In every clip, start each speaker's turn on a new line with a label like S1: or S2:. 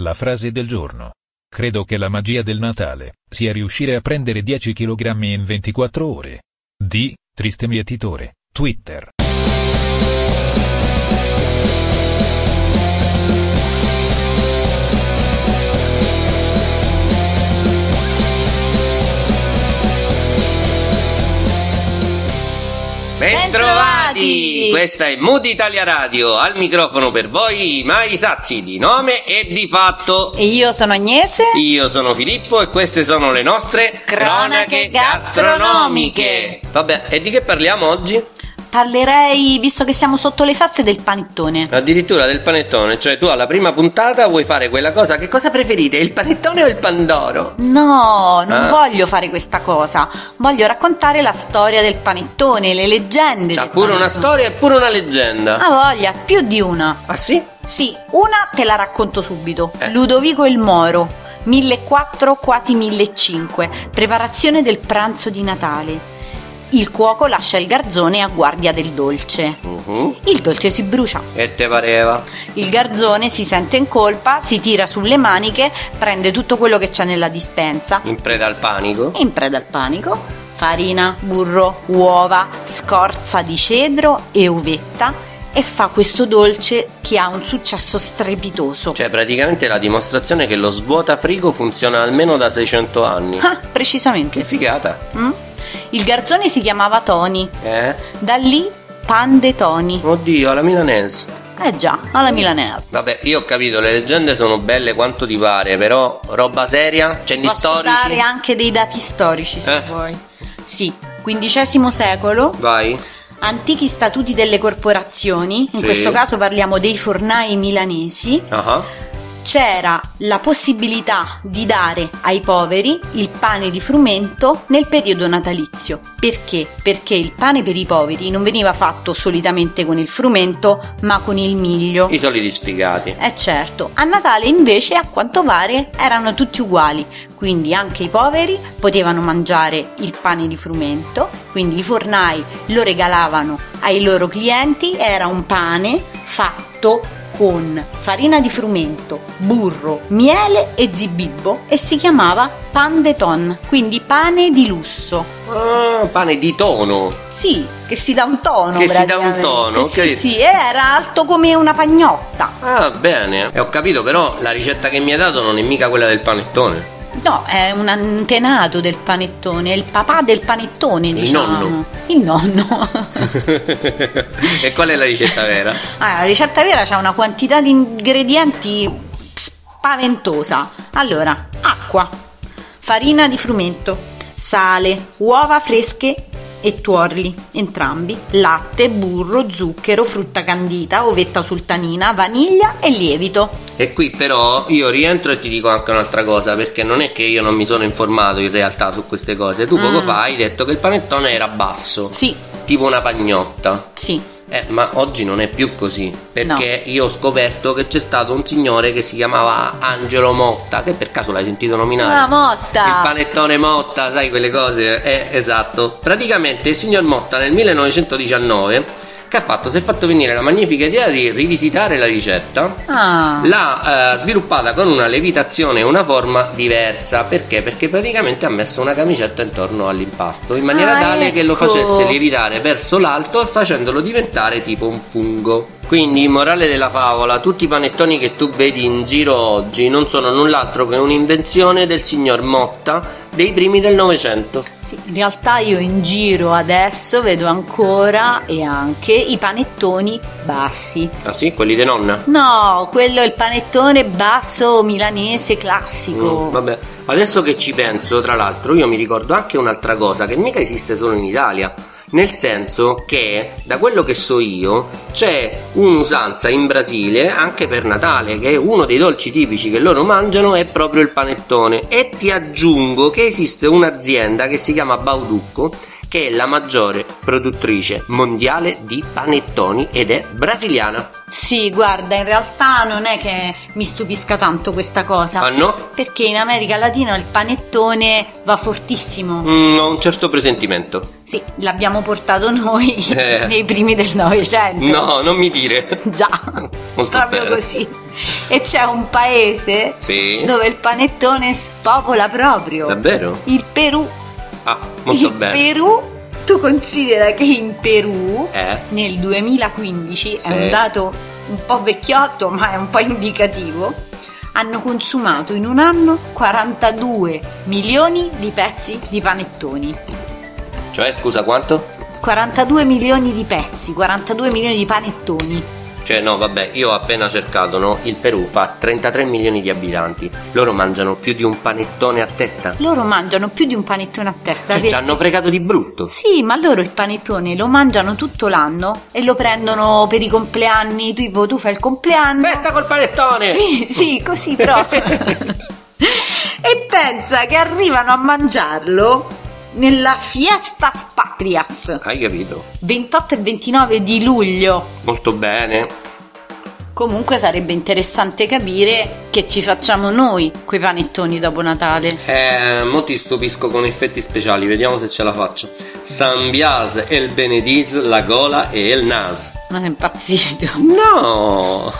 S1: La frase del giorno. Credo che la magia del Natale sia riuscire a prendere 10 kg in 24 ore. Di Triste Mietitore, Twitter.
S2: Bentrovati!
S3: Bentrovati!
S2: Questa è Mood Italia Radio, al microfono per voi Mai Sazzi di nome e di fatto.
S3: E io sono Agnese.
S2: Io sono Filippo e queste sono le nostre
S3: Cronache gastronomiche.
S2: Vabbè, e di che parliamo oggi?
S3: Parlerei, visto che siamo sotto le feste, del panettone.
S2: Addirittura del panettone, cioè tu alla prima puntata vuoi fare quella cosa, che cosa preferite, il panettone o il pandoro?
S3: No, non
S2: Ah.
S3: voglio fare questa cosa. Voglio raccontare la storia del panettone, le leggende.
S2: C'ha
S3: del
S2: pure una
S3: panettone.
S2: storia e pure una leggenda.
S3: Ah, voglia, più di una.
S2: Ah sì?
S3: Sì, una te la racconto subito.
S2: Eh.
S3: Ludovico il Moro, 1004 quasi 1005, preparazione del pranzo di Natale. Il cuoco lascia il garzone a guardia del dolce.
S2: Mhm.
S3: Il dolce si brucia.
S2: E te pareva?
S3: Il garzone si sente in colpa, si tira sulle maniche, prende tutto quello che c'è nella dispensa
S2: In preda al panico?
S3: e in preda al panico. Farina, burro, uova, scorza di cedro e uvetta e fa questo dolce che ha un successo strepitoso.
S2: Cioè, praticamente la dimostrazione che lo svuotafigo funziona almeno da 600 anni.
S3: Ah,
S2: Che
S3: precisamente.
S2: figata!
S3: Mm? Il garzone si chiamava Tony,
S2: Eh?
S3: da lì Pande Tony.
S2: Oddio, alla milanese.
S3: Eh già, alla milanese.
S2: Vabbè, io ho capito, le leggende sono belle quanto ti pare, però roba seria? C'è gli
S3: Posso
S2: storici?
S3: dare anche dei dati storici se
S2: Eh.
S3: vuoi. Sì, XV secolo,
S2: Vai.
S3: Antichi statuti delle corporazioni, in
S2: Sì.
S3: questo caso parliamo dei fornai milanesi,
S2: Ah,
S3: c'era la possibilità di dare ai poveri il pane di frumento nel periodo natalizio. Perché? Perché il pane per i poveri non veniva fatto solitamente con il frumento, ma con il miglio.
S2: I soliti sfigati.
S3: Eh certo, a Natale invece a quanto pare erano tutti uguali, quindi anche i poveri potevano mangiare il pane di frumento, quindi i fornai lo regalavano ai loro clienti, era un pane fatto con farina di frumento, burro, miele e zibibbo e si chiamava pan de ton, quindi pane di lusso.
S2: Ah, pane di tono.
S3: Sì, che si dà un tono.
S2: Che si dà un
S3: praticamente.
S2: tono,
S3: Sì,
S2: ok.
S3: sì, era alto come una pagnotta.
S2: Ah, bene. E ho capito, però la ricetta che mi hai dato non è mica quella del panettone.
S3: No, è un antenato del panettone, è il papà del panettone, diciamo.
S2: nonno.
S3: Il nonno.
S2: e qual è la ricetta vera?
S3: Allora, Ah, la ricetta vera c'ha una quantità di ingredienti spaventosa. Allora, acqua, farina di frumento, sale, uova fresche e tuorli, entrambi, latte, burro, zucchero, frutta candita, ovetta sultanina, vaniglia e lievito.
S2: E qui però io rientro e ti dico anche un'altra cosa, perché non è che io non mi sono informato in realtà su queste cose. Tu poco
S3: Mm.
S2: fa hai detto che il panettone era basso,
S3: Sì,
S2: tipo una pagnotta.
S3: sì.
S2: Eh, ma oggi non è più così, perché io ho scoperto che c'è stato un signore che si chiamava Angelo Motta, che per caso l'hai sentito nominare.
S3: La Ah, motta.
S2: Il panettone Motta, sai quelle cose? Eh, esatto. Praticamente il signor Motta nel 1919 che ha fatto, si è fatto venire la magnifica idea di rivisitare la ricetta.
S3: Ah.
S2: L'ha eh, sviluppata con una levitazione e una forma diversa. Perché? Perché praticamente ha messo una camicetta intorno all'impasto in maniera
S3: Ah,
S2: tale che lo
S3: ecco.
S2: facesse lievitare verso l'alto e facendolo diventare tipo un fungo. Quindi, morale della favola, tutti i panettoni che tu vedi in giro oggi non sono null'altro che un'invenzione del signor Motta dei primi del Novecento.
S3: Sì, in realtà io in giro adesso vedo ancora e anche i panettoni bassi.
S2: Ah sì? Quelli di nonna?
S3: No, quello è il panettone basso milanese classico.
S2: Mm, vabbè, adesso che ci penso, tra l'altro, io mi ricordo anche un'altra cosa che mica esiste solo in Italia. Nel senso che, da quello che so io, c'è un'usanza in Brasile anche per Natale, che uno dei dolci tipici che loro mangiano è proprio il panettone. E ti aggiungo che esiste un'azienda che si chiama Bauducco che è la maggiore produttrice mondiale di panettoni ed è brasiliana.
S3: Sì, guarda, in realtà non è che mi stupisca tanto questa cosa,
S2: Ah no?
S3: perché in America Latina il panettone va fortissimo.
S2: Mm, ho un certo presentimento.
S3: Sì, l'abbiamo portato noi
S2: Eh.
S3: nei primi del Novecento.
S2: No, non mi dire.
S3: Già,
S2: Molto
S3: proprio
S2: bene.
S3: così. E c'è un paese
S2: Sì.
S3: dove il panettone spopola proprio.
S2: Davvero?
S3: Il Perù.
S2: Ah, molto
S3: il
S2: bene.
S3: Perù, tu considera che in Perù
S2: Eh,
S3: nel 2015
S2: Sì.
S3: è un dato un po' vecchiotto, ma è un po' indicativo. Hanno consumato in un anno 42 milioni di pezzi di panettoni.
S2: cioè, scusa, quanto?
S3: 42 milioni di pezzi, 42 milioni di panettoni.
S2: Cioè, no, vabbè, io ho appena cercato, no? Il Perù fa 33 milioni di abitanti. Loro mangiano più di un panettone a testa.
S3: Loro mangiano più di un panettone a testa.
S2: Cioè, ci hanno fregato di brutto.
S3: Sì, ma loro il panettone lo mangiano tutto l'anno e lo prendono per i compleanni, tipo tu fai il compleanno.
S2: Festa col panettone!
S3: Sì, sì, così proprio. e pensa che arrivano a mangiarlo nella Fiestas Patrias,
S2: Hai capito?
S3: 28 e 29 di luglio.
S2: Molto bene.
S3: Comunque sarebbe interessante capire che ci facciamo noi coi panettoni dopo Natale.
S2: Eh, mo ti stupisco con effetti speciali, vediamo se ce la faccio. Sambias, El Benediz, La Gola e El Nas.
S3: Ma sei impazzito.
S2: No!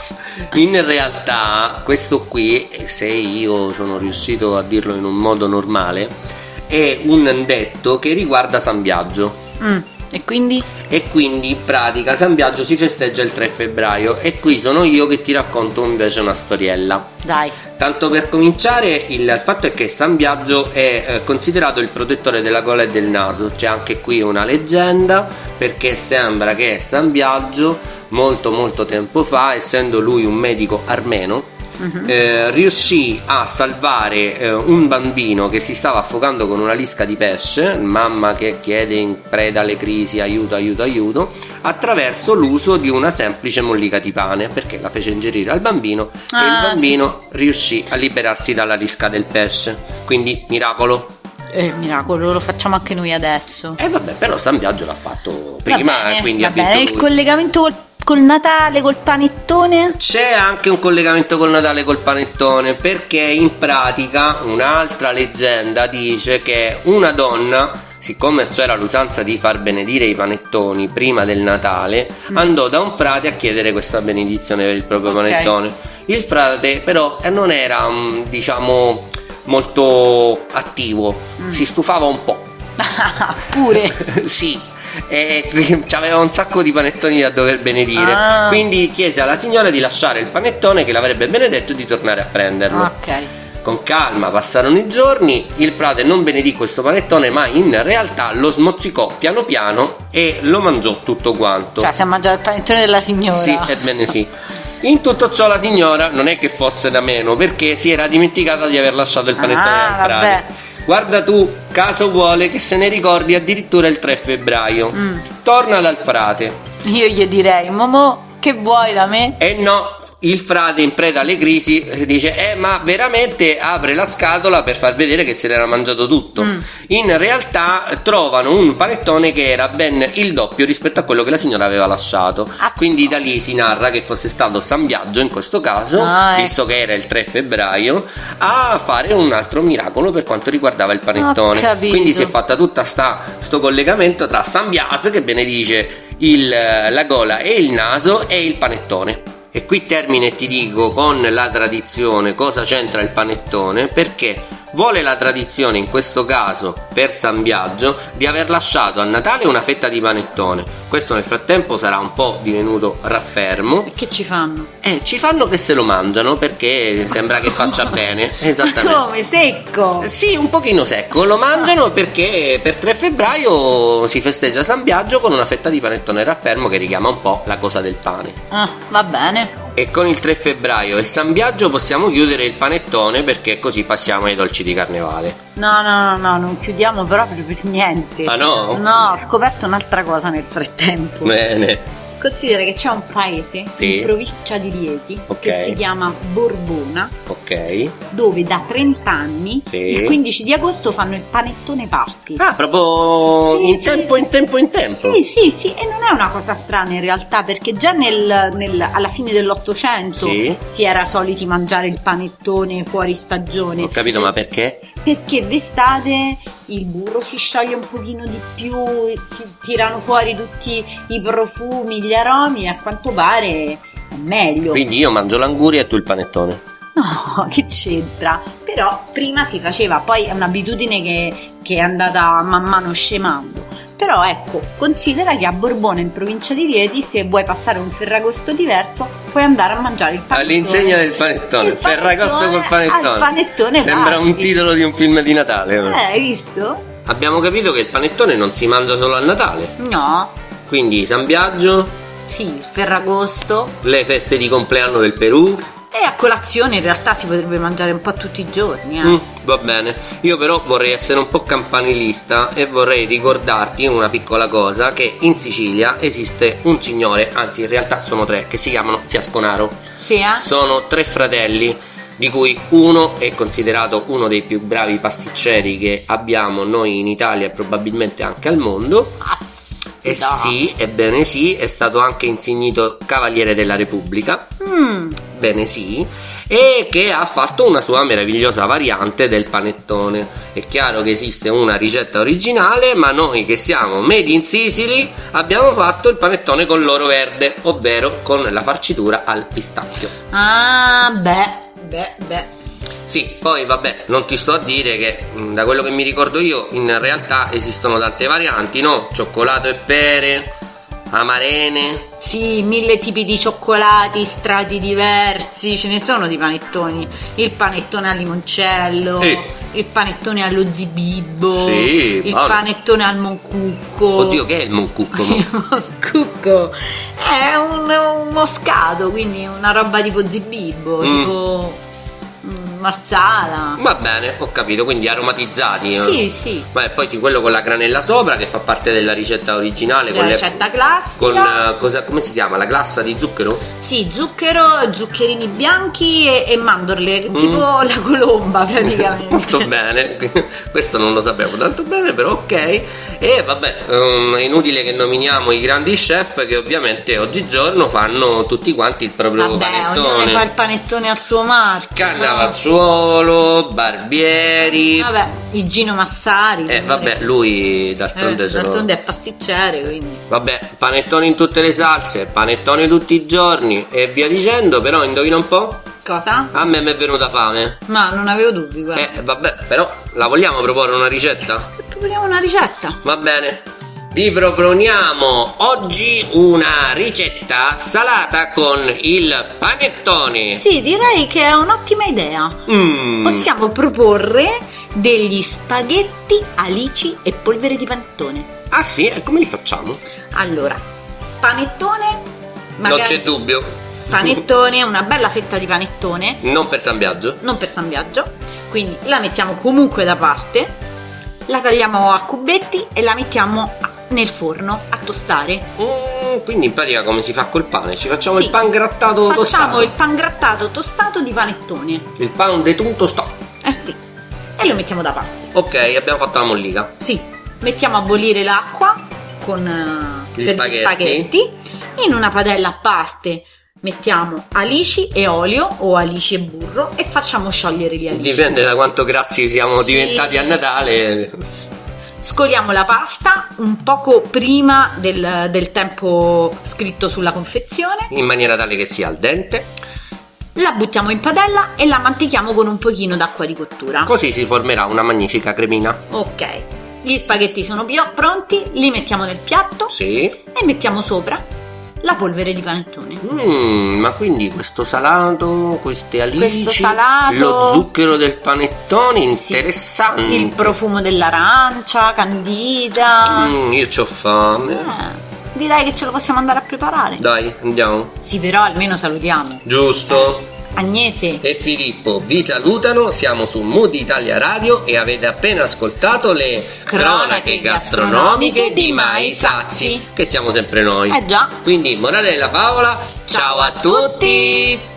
S2: In realtà questo qui, e se io sono riuscito a dirlo in un modo normale, è un detto che riguarda San Biagio.
S3: Mm, E quindi?
S2: E quindi in pratica San Biagio si festeggia il 3 febbraio e qui sono io che ti racconto invece una storiella.
S3: Dai.
S2: Tanto per cominciare, il fatto è che San Biagio è eh, considerato il protettore della gola e del naso. C'è anche qui una leggenda perché sembra che San Biagio, molto molto tempo fa, essendo lui un medico armeno,
S3: Mhm.
S2: eh, riuscì a salvare eh, un bambino che si stava affogando con una lisca di pesce, mamma che chiede in preda alle crisi aiuto, aiuto, aiuto, attraverso l'uso di una semplice mollica di pane, perché la fece ingerire al bambino e il
S3: Ah,
S2: bambino riuscì a liberarsi dalla lisca del pesce. Quindi miracolo.
S3: Eh, miracolo, lo facciamo anche noi adesso.
S2: E vabbè, però San Biagio l'ha fatto prima, eh,
S3: Va bene,
S2: quindi
S3: va
S2: ha vinto
S3: bene, il
S2: lui.
S3: collegamento col, col Natale, col panettone?
S2: C'è anche un collegamento col Natale col panettone perché in pratica un'altra leggenda dice che una donna, siccome c'era l'usanza di far benedire i panettoni prima del Natale,
S3: Mm.
S2: andò da un frate a chiedere questa benedizione per il proprio
S3: Ok.
S2: panettone. Il frate però eh, non era, mm, diciamo, molto attivo,
S3: Mm.
S2: si stufava un po'.
S3: Pure.
S2: sì. E qui- c'aveva un sacco di panettoni da dover benedire.
S3: Ah.
S2: Quindi chiese alla signora di lasciare il panettone che l'avrebbe benedetto e di tornare a prenderlo.
S3: Ah, ok.
S2: Con calma passarono i giorni, il frate non benedì questo panettone, ma in realtà lo smozzicò piano piano e lo mangiò tutto quanto.
S3: Cioè, si è mangiato il panettone della signora.
S2: Sì, ebbene sì. In tutto ciò la signora non è che fosse da meno, perché si era dimenticata di aver lasciato il panettone
S3: Ah,
S2: al frate.
S3: vabbè.
S2: Guarda tu, caso vuole che se ne ricordi addirittura il 3 febbraio.
S3: Mm.
S2: Torna dal frate.
S3: Io gli direi, Momo, che vuoi da me?
S2: E no, il frate in preda alle crisi eh, dice "Eh, ma veramente apre la scatola per far vedere che se l'era mangiato tutto".
S3: Mm.
S2: In realtà eh, trovano un panettone che era ben il doppio rispetto a quello che la signora aveva lasciato.
S3: Azzo.
S2: Quindi da lì si narra che fosse stato San Biagio in questo caso,
S3: Ah, ecco.
S2: visto che era il 3 febbraio, a fare un altro miracolo per quanto riguardava il panettone.
S3: Ho Ah, capito.
S2: Quindi si è fatta tutta sta sto collegamento tra San Bias che benedice il, eh, la gola e il naso e il panettone. E qui termine e ti dico con la tradizione cosa c'entra il panettone perché vuole la tradizione in questo caso per San Biagio di aver lasciato a Natale una fetta di panettone. Questo nel frattempo sarà un po' divenuto raffermo.
S3: E che ci fanno?
S2: Eh, ci fanno che se lo mangiano perché sembra che faccia bene. Esattamente.
S3: Come, secco?
S2: Sì, un pochino secco, lo mangiano perché per 3 febbraio si festeggia San Biagio con una fetta di panettone raffermo che richiama un po' la cosa del pane.
S3: Ah, va bene.
S2: E con il 3 febbraio e San Biagio possiamo chiudere il panettone perché così passiamo ai dolci di carnevale.
S3: No, no, no, no, non chiudiamo proprio per niente.
S2: Ah no?
S3: No, ho scoperto un'altra cosa nel frattempo.
S2: Bene.
S3: Considera che c'è un paese
S2: Sì.
S3: in provincia di Rieti
S2: Ok.
S3: che si chiama Borbona,
S2: Ok.
S3: dove da 30 anni
S2: Sì.
S3: il 15 di agosto fanno il panettone party.
S2: Ah, proprio
S3: Sì,
S2: in
S3: sì,
S2: tempo,
S3: sì.
S2: in tempo, in tempo.
S3: Sì, sì, sì, e non è una cosa strana in realtà, perché già nel- nel- alla fine dell'Ottocento
S2: Sì.
S3: si era soliti mangiare il panettone fuori stagione,
S2: Ho capito, ma perché?
S3: perché d'estate il burro si scioglie un pochino di più, si tirano fuori tutti i profumi, gli aromi e a quanto pare è meglio.
S2: Quindi io mangio l'anguria e tu il panettone.
S3: No, che c'entra? Però prima si faceva, poi è un'abitudine che, che è andata man mano scemando. Però ecco, considera che a Borbone in provincia di Rieti, se vuoi passare un Ferragosto diverso, puoi andare a mangiare il panettone.
S2: All'insegna del panettone,
S3: Il
S2: Ferragosto col panettone.
S3: al panettone
S2: Sembra un
S3: party.
S2: titolo di un film di Natale.
S3: Eh, hai visto?
S2: Abbiamo capito che il panettone non si mangia solo a Natale.
S3: No,
S2: Quindi San Biagio,
S3: sì, il Ferragosto.
S2: le feste di compleanno del Perù.
S3: E a colazione in realtà si potrebbe mangiare un po' tutti i giorni, eh.
S2: Mm, va bene. Io però vorrei essere un po' campanilista e vorrei ricordarti una piccola cosa che in Sicilia esiste un signore, anzi in realtà sono tre, che si chiamano Fiasconaro.
S3: Sì, eh?
S2: Sono tre fratelli, di cui uno è considerato uno dei più bravi pasticceri che abbiamo noi in Italia e probabilmente anche al mondo.
S3: Azz,
S2: E Eh
S3: da.
S2: sì, ebbene sì, è stato anche insignito Cavaliere della Repubblica.
S3: Mm,
S2: Bene sì, e che ha fatto una sua meravigliosa variante del panettone. È chiaro che esiste una ricetta originale, ma noi che siamo made in Sicily abbiamo fatto il panettone con l'oro verde, ovvero con la farcitura al pistacchio.
S3: Ah, beh, beh, beh.
S2: Sì, poi vabbè, non ti sto a dire che mh, da quello che mi ricordo io in realtà esistono tante varianti, no? Cioccolato e pere, amarene.
S3: Sì, mille tipi di cioccolati, strati diversi, ce ne sono di panettoni. Il panettone al limoncello,
S2: Sì.
S3: il panettone allo zibibbo,
S2: Sì,
S3: il
S2: buono.
S3: panettone al moncucco.
S2: Oddio, che è il moncucco? mo?
S3: il moncucco è un, un moscato, quindi una roba tipo zibibbo,
S2: Mm.
S3: tipo mm, marsala.
S2: Va bene, ho capito, quindi aromatizzati. eh?
S3: Sì, sì,
S2: Beh, poi c'è quello con la granella sopra che fa parte della ricetta originale.
S3: la
S2: con le-
S3: ricetta classica.
S2: Con eh, cosa, come si chiama? La glassa di zucchero?
S3: Sì, zucchero, zuccherini bianchi e, e mandorle,
S2: Mm.
S3: tipo la colomba praticamente.
S2: Molto bene, questo non lo sapevo tanto bene, però ok. E vabbè, ehm, è inutile che nominiamo i grandi chef che ovviamente oggigiorno fanno tutti quanti il proprio
S3: Vabbè, ognuno fa il
S2: panettone.
S3: panettone al suo marchio.
S2: Cannavacciuolo, Barbieri.
S3: no? Vabbè, il Gino Massari.
S2: Eh, vabbè, lui d'altronde
S3: Eh,
S2: se no-
S3: d'altronde è pasticcere, quindi.
S2: Vabbè, panettoni in tutte le salse, panettoni tutti i giorni e via dicendo, però indovina un po'?
S3: Cosa?
S2: A me mi è venuta fame.
S3: Ma non avevo dubbi, guarda.
S2: Eh, vabbè, però la vogliamo proporre una ricetta?
S3: Proviamo una ricetta.
S2: Va bene. Vi proponiamo oggi una ricetta salata con il panettone.
S3: Sì, direi che è un'ottima idea.
S2: Mm.
S3: Possiamo proporre degli spaghetti, alici e polvere di panettone.
S2: Ah sì, e come li facciamo?
S3: Allora, panettone,
S2: Non c'è
S3: magari
S2: dubbio.
S3: panettone, una bella fetta di panettone,
S2: Non per San Biagio.
S3: non per San Biagio, quindi la mettiamo comunque da parte, la tagliamo a cubetti e la mettiamo a- nel forno a tostare.
S2: Mm, quindi in pratica come si fa col pane? Ci facciamo
S3: Sì.
S2: il pan grattato
S3: Facciamo
S2: tostato.
S3: il pan grattato tostato di panettone,
S2: Il pan detun tostato.
S3: eh sì, e lo mettiamo da parte.
S2: Ok, abbiamo fatto la mollica.
S3: Sì, mettiamo a bollire l'acqua con eh,
S2: Gli
S3: per
S2: spaghetti.
S3: spaghetti. In una padella a parte mettiamo alici e olio o alici e burro e facciamo sciogliere gli alici.
S2: Dipende da quanto grassi siamo
S3: Sì.
S2: diventati a Natale.
S3: Scoliamo la pasta un poco prima del, del tempo scritto sulla confezione,
S2: in maniera tale che sia al dente.
S3: la buttiamo in padella e la mantichiamo con un pochino d'acqua di cottura.
S2: Così si formerà una magnifica cremina.
S3: ok, gli spaghetti sono pio- pronti, li mettiamo nel piatto
S2: Sì.
S3: e mettiamo sopra la polvere di panettone.
S2: Mm, ma quindi questo salato, queste alici,
S3: Questo salato.
S2: lo zucchero del panettone,
S3: Sì.
S2: interessante.
S3: Il profumo dell'arancia, candida.
S2: Mm, io ho fame.
S3: Eh, direi che ce lo possiamo andare a preparare.
S2: Dai, andiamo.
S3: Sì, però almeno salutiamo.
S2: Giusto.
S3: Agnese.
S2: e Filippo vi salutano, siamo su Mood Italia Radio e avete appena ascoltato le
S3: Cronache
S2: cronache gastronomiche di Mai Sazi, che siamo sempre noi.
S3: Eh già.
S2: Quindi, morale della favola, ciao a tutti!